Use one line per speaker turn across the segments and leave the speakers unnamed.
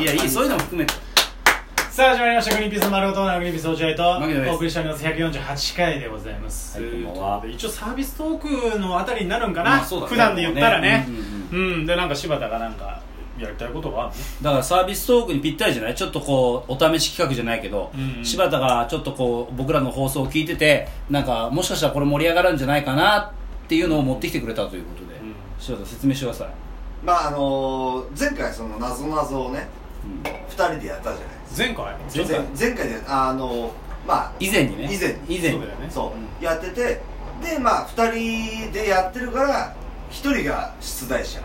いやいいそういうのも含めて
さあ始まりました「グリーンピースの丸尾となグリーンピース落合」
牧野です
とお送りしております148回でございます、
はいこんばんは
ということで一応サービストークのあたりになるんかな、
まあそうだね
普段で言ったらね
もうね
うんでなんか柴田がなんかやりたいことがある
だからサービストークにぴったりじゃないちょっとこうお試し企画じゃないけど、
うんうん
柴田がちょっとこう僕らの放送を聞いててなんかもしかしたらこれ盛り上がるんじゃないかなっていうのを持ってきてくれたということで、
うん
柴田説明してください、
まああのー前回その謎謎をね2人でやったじゃないですか
の前回
前回
前前回であのーまあ
以前にね
以前に
以前
そう
に
だよね
そううやっててでまあ2人でやってるから1人が出題者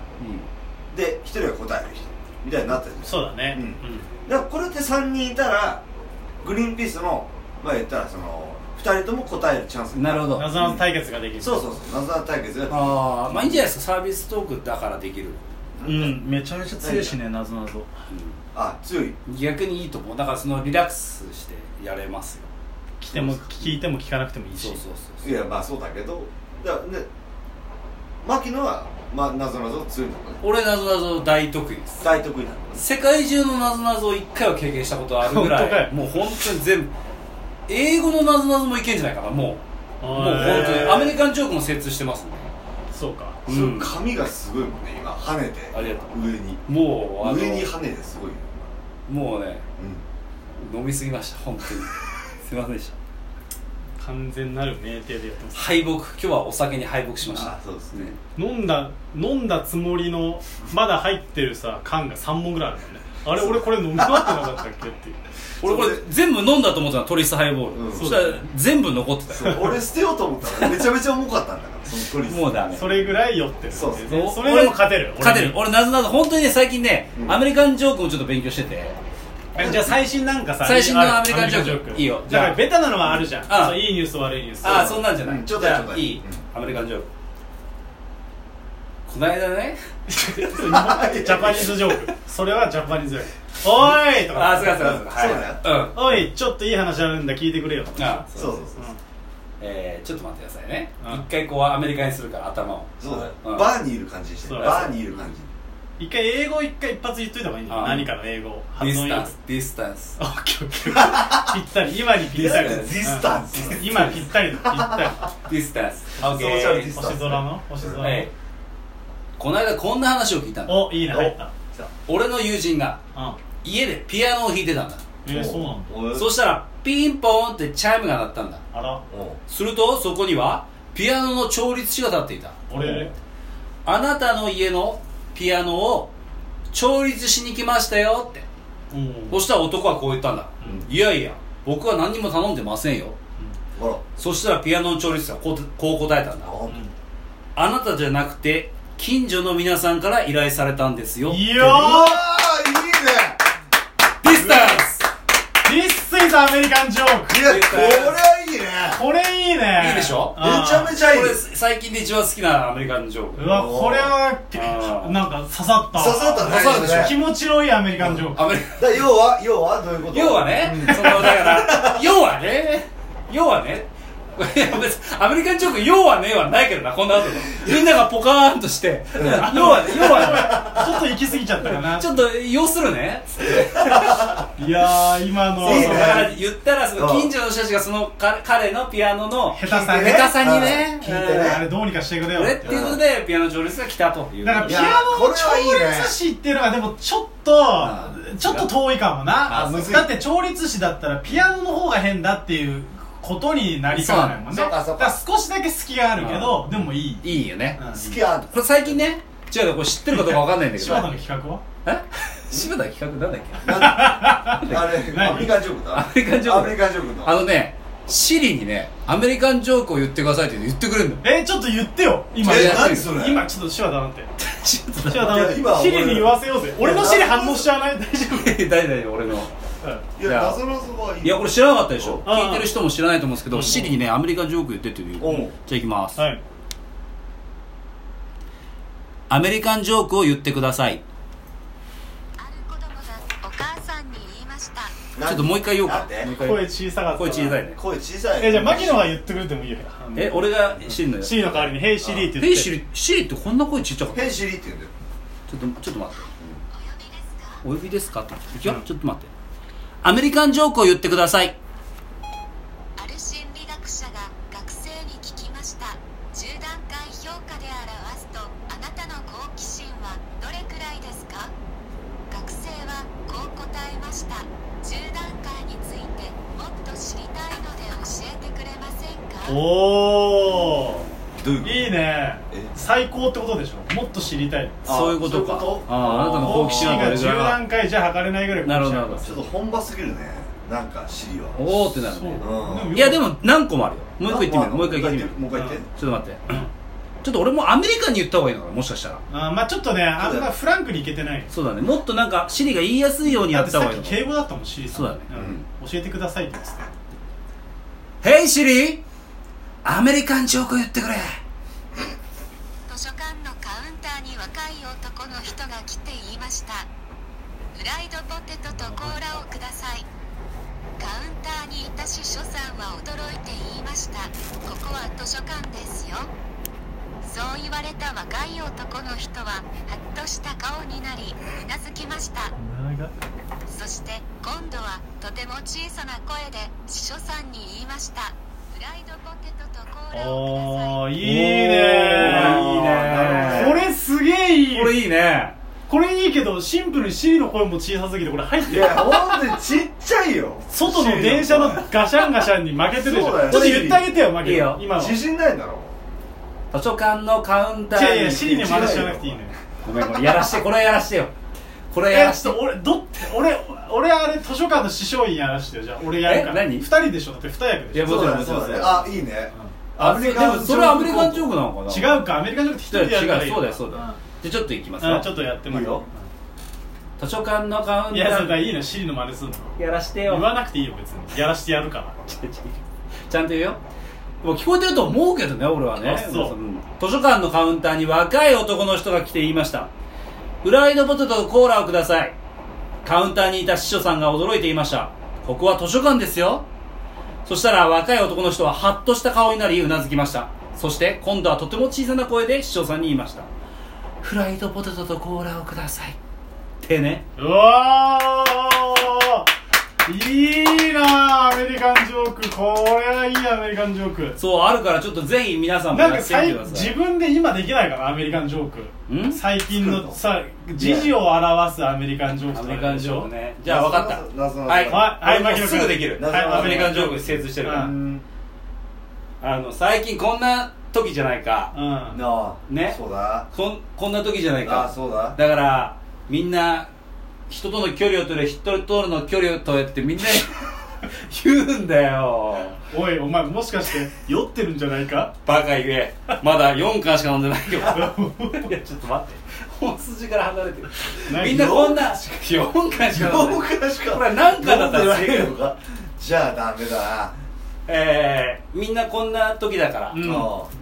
で1人が答える人みたいになってるんです
そうだね
うん
うん
だからこれって3人いたらグリーンピースのまあ言ったらその2人とも答えるチャンス
うんなるほど
謎々対決ができる、
そうそうそう謎々対決が
ああまあいいんじゃないですかサービストークだからできる、
うんめちゃめちゃ強いしね謎々
あ強い
逆にいいと思うだからそのリラックスしてやれますよ
来ても聞いても聞かなくてもいいし
そうそうそう
いやまあそうだけどだからね牧野はまあ謎々強いのかね
俺なぞなぞ大得意です
大得意なのかね
世界中のなぞなぞを1回は経験したことあるぐら
本当か
い
よ
もう本当に全部英語のなぞなぞもいけんじゃないかなもうもう本当にアメリ
カ
カンジョークも精通してますね
そうか
う
そうん髪がすごいもんね今跳ねて
ありがと
上に
もうあ
上に
の
跳ねてすごいよ、
もうね
う
飲みすぎました 本当にすいませんでした
完全なる名店でやってます
敗北今日はお酒に敗北しました
あそうですね
ね
飲んだ飲んだつもりのまだ入ってるさ缶が3本ぐらいあるもんねあれ俺これ飲み終わってなかったっけっていう
俺これ全部飲んだと思ってたのトリスハイボール、
うん
そしたら全部残ってた
そう
よ
俺捨てようと思ったらめちゃめちゃ重かったんだからそのトリス
もうダメ
それぐらい酔ってる
そうそう
でそれでも勝てる
勝てる
俺
俺なぞなぞ本当にね最近ね、
うん
アメリカンジョークもちょっと勉強してて
えじゃあ最新なんかさ
最新の
ある
アメリカンジョークいいよじ
だ
ゃあ
からベタなのはあるじゃん
ああ
そういいニュース悪いニュース
ああそんなんじゃない、
うんちょうだい
じゃあ
ちょうだい
いい、アメリカンジョークこないだね
ジャパニーズジョークそれはジャパニーズジョークおーいと
ああ
か
すがすがすがはい
そうだよ
うん
おいちょっといい話あるんだ聞いてくれよとか
あ
そうそう
えー、ちょっと待ってくださいね
うん
一回こうアメリカにするから頭を
そうそうだよ、
うん
バーにいる感じにして
そう
バーにいる感じ
一回英語一回一発言っといた方がいいんだ
あ
よ
あ
何かの英語
ディ
発音い
ス
い
タンスディスタンス
オッケーオッケーぴったり今にぴったりだ
ディスタンス
うん今ぴったりだぴった
ディスタンスオッケ
ソーシャルディ
ー
ス
り星空の星空の、
はいこの間こんな話を聞いたの
おいいね入った
俺の友人が
うん
家でピアノを弾いてたんだ
えー、そうなん
お
だ
い
そしたらピンポーンってチャイムが鳴ったんだ
あら
おう
するとそこにはピアノの調律師が立っていた
俺
あなたの家のピアノを調律しに来ましたよって
うん
そしたら男はこう言ったんだ
うん
いやいや僕は何にも頼んでませんよ
ほら
そしたらピアノの調律師はこうこう答えたんだ
あ
あなたじゃなくて近所の皆さんから依頼されたんですよ
いいう
わ
よ
ーいいね
ディスタンス
This is American joke
いやこれいいね
これいいね
いいでしょ
めちゃめ
ち
ちゃいい
これ
刺
最近で一番好きなアメリカンジョー
う
ク
わこれは
あー
なんか刺さった
さったね
刺さるでしょ
気持ちのいいアメリカンジョーク
アメリカ
だから要は要はどういうこと
要はね、そのだから、要はね、要はね、 いや別にアメリカンジョーク、要はねはないけどな、こんな後のみんながポカーンとして、要はね、要は
ちょっと行き過ぎちゃったかな
ね、ちょっと要するね、つって
いやー今の
いい
だ
ね
から言ったら、その
そう
近所の人たちがその彼彼のピアノの
下手さ
聞い
に
て
下手さにね、
うん聞いてね
あれどうにかしてくれよ
俺
っ
って
て
いうことで、ピアノ調律が来たという。
だから
い
ピ
や
アノ
こ
の
れはいいね
調律師っていうのがでもちょっ
あ
とちょっと遠いかもな
あむずい
だって調律師だったらピアノの方が変だっていうことになりかねないもんね
そうかそうか
だから少しだけ隙があるけどでもいい
いいよね。
うん
好きあん
これ最近ね、違うよこれ知ってるかどうかわかんないんだけど
柴田の、企画は
え柴田企画なんだっけ
あれ
何
アメリカンジョークだ
アメリカンジョーク
アメリカンジョークだ
あのね、シリにね、アメリカンジョークを言ってくださいって言ってくれるのよ。
えーちょっと言ってよ今
え
何それ
今ちょっと柴田なんて柴田
い
な
や
んて
今は
シ
俺
リに言わせようぜ俺のシリ反応しちゃわない大丈
大丈夫、俺の。
夫うん
いや謎のそはいい
いや、これ知らなかったでしょ。
ああ
聞いてる人も知らないと思うんですけ
う
ど、
ん
シリにね、アメリカンジョーク言ってって言う
うん
じゃあ行きます。
はい
アメリカンジョークを言ってください。
ある子供がお母さんに言いました
ちょっともう一回言おう
な
か
ん。で
もう一回言おう
声小さかったな
声小さいね。
声小さい
えじゃあ牧野が言ってくれてもいいよ
え、俺がシリのやつ。
シリの代わりに「ヘイシリ」って言って
ヘイシリ、シリってこんな声ちっちゃかった。
ヘンシリって言うんだよ
ちょっと、ちょっと待っ
お呼びですか
お呼びですかっていくよ、ちょっと待ってアメリカンジョークを言ってください
ある心理学者が学生に聞きました10段階評価で表すとあなたの好奇心はどれくらいですか学生はこう答えました10段階についてもっと知りたいので教えてくれませんか
おお
どういうこと
いいね
え
最高ってことでしょもっと知りたい
あ
そういうことか
そういうこと
あああなたの好奇心はどれぐら
10
い
段階じゃ測れないぐらい
なるほどなるほど
ちょっと本場すぎるねなんか尻は
おおってなる
そう
ね
うん
いやでも何個もあるよもう一個言ってみるもう一回言ってみる
もう一回言って
ちょっと待って ちょっと俺もアメリカンに言った方がいいのかなもしかしたら
あーまあちょっとねあんまフランクにいけてない
そうだねもっとなんかシリが言いやすいように
だ
やっ
っ
てた方
さ
がいい
っ
の
き敬語だったもんシリさん
そうだね
うん教えてくださいって言ってた
Hey Siri アメリカンジョークを言ってくれ
図書館のカウンターに若い男の人が来て言いましたフライドポテトとコーラをくださいカウンターにいた司書さんは驚いて言いましたここは図書館ですよそう言われた若い男の人はハッとした顔になりうなずきました
長っ
そして今度はとても小さな声で司書さんに言いましたフライドポテトとコーラをください
あーいい
おーいいね
ねこれすげえいい
これいいね
これいいけどシンプルにシリの声も小さすぎてこれ入っ
い
てる
やほんとにちっちゃいよ
外の電車のガシャンガシャンに負けてるでしょ
そうだよ
ちょっと言ってあげてよ負け
いいよ
今の
自
い
信ないんだろ
図書館のカウンターに
やいやシリに真似しなくていいのよ
ごめんごめんやらしてこれやらしてよこれや
え
ら
ち
して
ょっと俺どっ俺俺あれ図書館の師匠員やらしてよじゃあ俺やるから
え何
2人でしょだって2役でし
いや
ょ
も
そうだね
もち
そ
ろん
うだね
もちろん
あいいね
あでもそれはアメリカンジョー
ク
クなのかな
違うかアメリカンジョークって1人でや
違
る
う
からいい
そうだよそうだよじゃあちょっといきます
うん
よ
ちょっとやってもら
いいよ
図書館のカウン
い
ター
やそれからいいのシリの真似すんの
やらして
言
よ
わなくていいよ別にやらしてやるから
ちゃんと言うよもう聞こえてると思うけどね俺はね
あそうん
図書館のカウンターに若い男の人が来て言いましたフライドポテトとコーラをくださいカウンターにいた司書さんが驚いて言いましたここは図書館ですよそしたら若い男の人はハッとした顔になりうなずきましたそして今度はとても小さな声で司書さんに言いましたフライドポテトとコーラをくださいってね
うわーいいなあアメリカンジョークこれはいいアメリカンジョーク
そうあるからちょっとぜひ皆さんも
なん
や
か
ってみて
最
ください
自分で今できないかなアメリカンジョー
ん
ク最近のさ時事を表すアメリカンジョーク
ア
とか
メリカンジョーク
ね
ねじゃあ分かった
謎々
はい
はいはい
俺もすぐできる
謎々
アメリカンジョークに精通してるから、
う
あの最近こんな時じゃないか、
う
な
ん
あ
ね
そうだ
こんこんな時じゃない
あ
か
そう だ
だからみんな人との距離を取れ人との距離を取れってみんな 言うんだよ
おいお前もし かして酔ってるんじゃないか
バカ言えまだ4巻しか飲んでないよいやちょっと待って本筋から離れてる
ない
みんなこんな4巻しか飲んでない
4回しか
これ何巻だったら
飲ん
正
で
解
ないのかじゃあダメだ
えー、みんなこんな時だから、
うん
な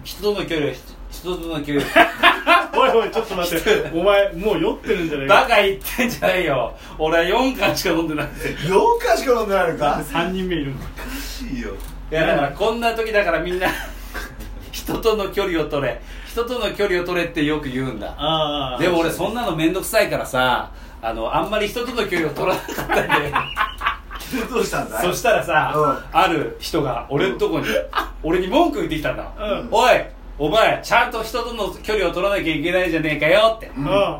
人との距離を人との距離を
おいおいちょっと待ってお前もう酔ってるんじゃない
バ
か
カ言ってんじゃないよ俺は4巻しか飲んでない
4回しか飲んでないのか
3人目いるんだ
おかしいよ
いやだからこんな時だからみんな 人との距離を取れ人との距離を取れってよく言うんだ
ああ
でも俺そんなの面倒くさいからさあのあんまり人との距離を取らなかったんで
どうしたんだい
そしたらさ、
う
ある人が俺のとこに、俺に文句言ってきたんだ、
うん
おいお前ちゃんと人との距離を取らなきゃいけないじゃねえかよって
うん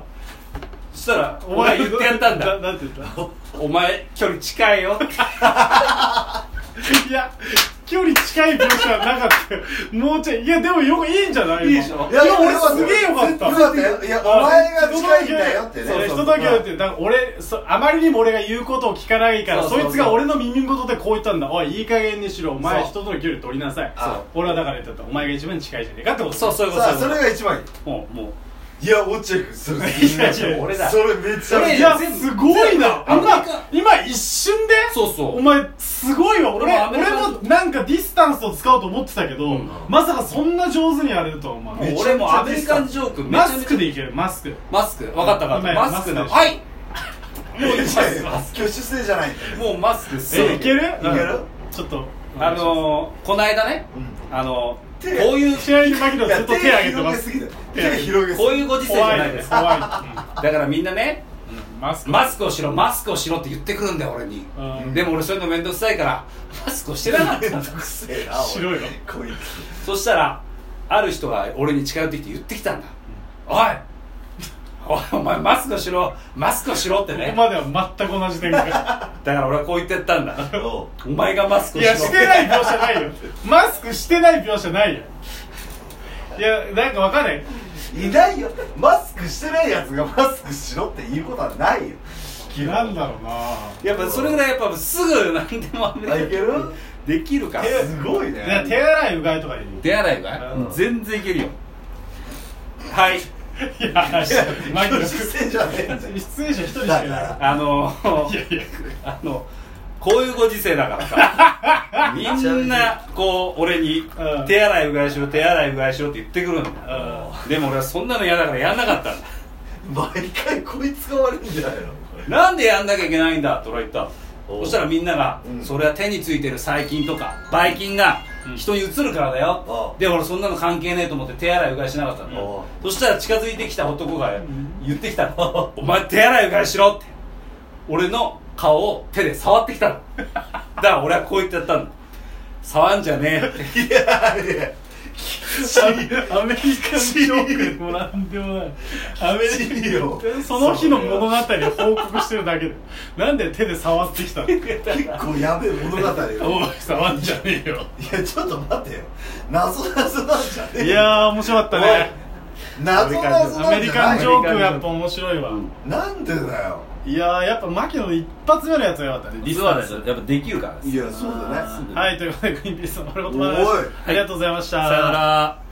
そしたらお前言ってやったんだ
ななんて言った
お前距離近いよ
いや、距離近い描写はなかったよ。もうちょい、いや、でもよくいいんじゃない
いいでしょ
いや、俺すげえよかった。
よかったよいやお前が近いんだよってね
そう人だけだって、だから俺そ、あまりにも俺が言うことを聞かないから、
そう
そ
そうそう
いつが俺の耳元でこう言ったんだ。おい、いい加減にしろ。お前、
そう
人との距離取りなさい
あ。
俺はだから言ったんだ。お前が一番近いじゃねえかってこと
そうそういうこと
さあそれ
が
が一番い
もうもう
いいや落ちてくそれ
いやいや
俺だ
それめちゃめ
い
ちゃ
や、
全部
すごいな。
全部アメ
今
リカ、
今一瞬で
そうそう
お前、すごいわ。俺、
俺もアメリカ
俺もなんかディスタンスを使おうと思ってたけど
うん、
まさかそんな上手にやれるとは思わない
めちゃめちゃ
俺もアメリカンジョークめちゃ
マ
めちゃ
スクでいけるマスク
マスク分かった分かっ
今
たマスクだ
マスクでしょ
はいもうマ
いやい
ス
や
クマス
挙手制じゃないんだ
ク
よ
もうマスクす
え
る
いけるい
ける
ちょっと
あのー、この間ね、あのー、こういう
試合に紛れ
い
てずっと手挙げて
広
ま
げ
す
すぎだよ手広げすぎ
こういうご時世じゃ
怖
ないい
で
ですす
怖い
かだからみんなね
マスク
マスクをしろマスクをしろって言ってくるんだよ俺に
うん
でも俺そういうの面倒くさいからマスクをしてなかったんだ
せえなおい
白いわ
こい
そしたらある人が俺に近寄ってきて言ってきたんだおいおいお前マスクをしろマスクをしろって
ここ
ね
までは全く同じ展
だ
開
から俺はこう言ってやったんだ
つおう
お前がマスクを
い
しろ
やしてない描写ないよマスクしてない描写ないよいやなんかわかんない
いないよマスクしてないやつがマスクしろって言うことはないよ
なんだろうな
やっぱそれぐらいやっぱすぐ何でもアメリカ
いける
できるから
すごい
いや手
ね
洗いうがいとかでいい
手洗いが、
うん
全然いけるよはい
いやマジ
人
で
質戦じゃねえんだよ
出演者一人しかい
だ
な
か
い
ら
あの
いやいや
あのこういうご時世だから さみんなこう俺に
うん
手洗いうがいしろ手洗いうがいしろって言ってくるんだ
あ
でも俺はそんなの嫌だからやんなかったんだ
毎回こいつが悪いんじゃないの
なんでやんなきゃいけないんだって俺は言った
おう
そしたらみんなが、
うん
それは手についてる細菌とかばい菌が
うん
人にうつるからだよ
あ、あ
で俺そんなの関係ねえと思って手洗いうがいしなかったんだ
おう
そしたら近づいてきた男が言ってきたの「お前手洗いうがいしろ」って俺の顔を手で触ってきたのだから俺はこう言ってやったんだ触んじゃねえって
いやいや
アメリカンジョークでもなんでもないアメリカン
いいよ
その日の物語を報告してるだけでなんで手で触ってきたの
結構やべえ物語よ
おい触んじゃねえよ
いやちょっと待ってよ謎謎なんじゃねえ
いやー面白かったね
謎謎
ア
な
メ
んじ
リ
ゃ
カ
な
ン
い
ジョークやっぱ面白いわ、
うん
なんでだよ
いやーやっぱ牧野の一発目のやつが良かったね
実はですやっぱできるからです
いやそうだね
はいということでグリーンピースの丸ごと話
おい
ありがとうございました、
さよなら